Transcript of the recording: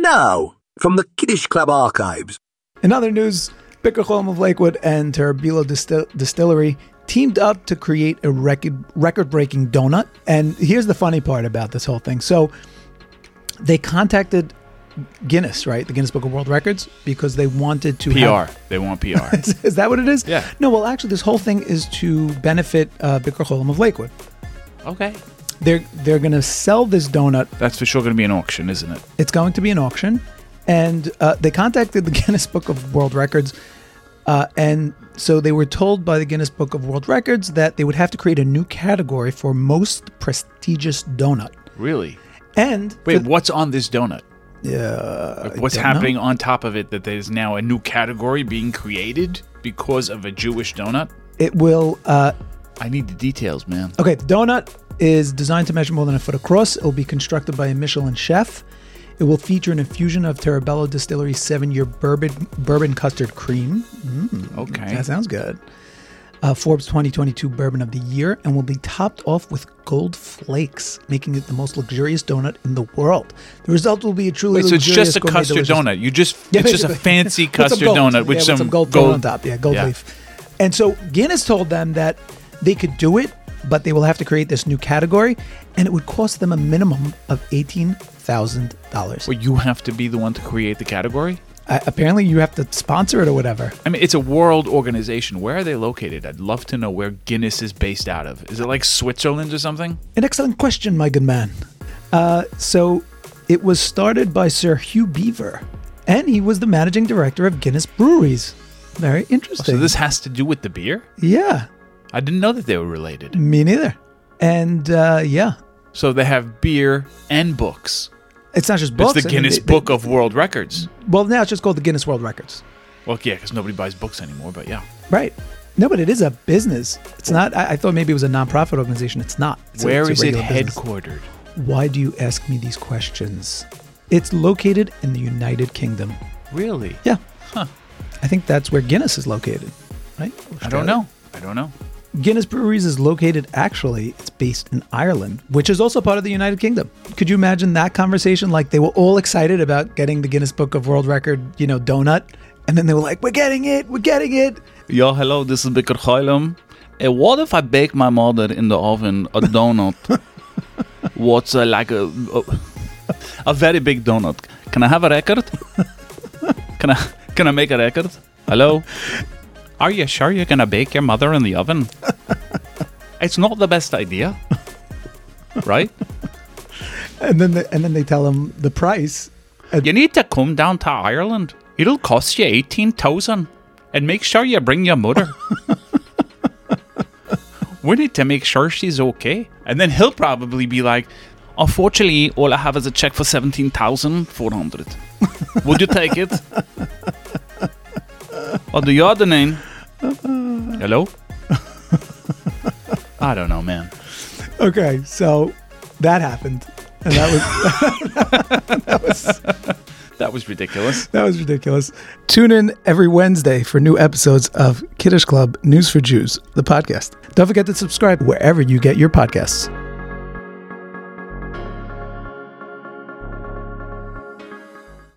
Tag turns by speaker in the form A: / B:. A: Now, from the Kiddish Club archives.
B: In other news, Bicker Holm of Lakewood and Terabilo Distil- Distillery teamed up to create a record record breaking donut. And here's the funny part about this whole thing. So they contacted Guinness, right? The Guinness Book of World Records, because they wanted to
C: PR.
B: have-
C: they want PR.
B: is, is that what it is?
C: Yeah.
B: No, well, actually, this whole thing is to benefit uh, Bicker Holm of Lakewood.
C: okay.
B: They're they're going to sell this donut.
C: That's for sure going to be an auction, isn't it?
B: It's going to be an auction, and uh, they contacted the Guinness Book of World Records, uh, and so they were told by the Guinness Book of World Records that they would have to create a new category for most prestigious donut.
C: Really?
B: And
C: Wait, what's on this donut?
B: uh,
C: Like, what's
B: don't know.
C: happening on top of it that there's now a new category being created because of a Jewish donut?
B: it will uh,
C: I need the details, man.
B: Okay, the donut is designed to measure more than a foot across. It will be constructed by a Michelin chef. It will feature an infusion of Terabello Distillery's seven-year bourbon bourbon custard cream. Mm-hmm.
C: Okay.
B: That sounds good. Uh, Forbes 2022 Bourbon of the Year, and will be topped off with gold flakes, making it the most luxurious donut in the world. The result will be a truly
C: Wait, so it's
B: luxurious
C: just a
B: gourmet
C: custard
B: delicious-
C: donut. You just
B: yeah,
C: it's just a
B: basically.
C: fancy
B: With some
C: custard
B: gold.
C: donut
B: Yeah,
C: with some
B: gold, gold on top. Yeah, gold
C: Yeah.
B: leaf. And so Guinness told them that they could do it, but they will have to create this new category, and it would cost them a minimum of eighteen thousand dollars.
C: Well, you have to be the one to create the category.
B: apparently, you have to sponsor it or whatever.
C: I mean, it's a world organization. Where are they located? I'd love to know where Guinness is based out of. Is it like Switzerland or something?
B: An excellent question, my good man. Uh, so, it was started by Sir Hugh Beaver, and he was the managing director of Guinness Breweries. Very interesting.
C: Oh, So this has to do with the beer?
B: yeah,
C: I didn't know that they were related.
B: me neither. And uh, yeah,
C: So they have beer and books.
B: it's not just books.
C: it's
B: I
C: the
B: mean,
C: Guinness
B: they- they-
C: Book of World Records.
B: Well, now it's just called the Guinness World Records,
C: Well, yeah, because nobody buys books anymore. But yeah,
B: right? No, but it is a business. It's not. I, I thought maybe it was a nonprofit organization. It's not. It's a-
C: where
B: it's a
C: is it
B: regular business.
C: headquartered?
B: Why do you ask me these questions? It's located in the United Kingdom.
C: Really?
B: Yeah. I think that's where Guinness is located, right?
C: I don't know. I don't know.
B: Guinness Breweries is located actually, it's based in Ireland, which is also part of the United Kingdom. Could you imagine that conversation? Like they were all excited about getting the Guinness Book of World Record, you know, donut. And then they were like, we're getting it, we're getting it.
D: Yo, hello, this is Bicker Hoylum. Uh, what if I bake my mother in the oven a donut? What's uh, like a, a a very big donut? Can I have a record? can I can I make a record? Hello. Are you sure you're gonna bake your mother in the oven? it's not the best idea, right?
B: And then, the, and then they tell him the price.
D: You need to come down to Ireland. It'll cost you eighteen thousand, and make sure you bring your mother. we need to make sure she's okay, and then he'll probably be like, "Unfortunately, all I have is a check for seventeen thousand four hundred. Would you take it?" Under your other name. Hello. I don't know, man.
B: Okay, so that happened. And that was
D: That was ridiculous.
B: that was ridiculous. Tune in every Wednesday for new episodes of Kiddish Club News for Jews, the podcast. Don't forget to subscribe wherever you get your podcasts.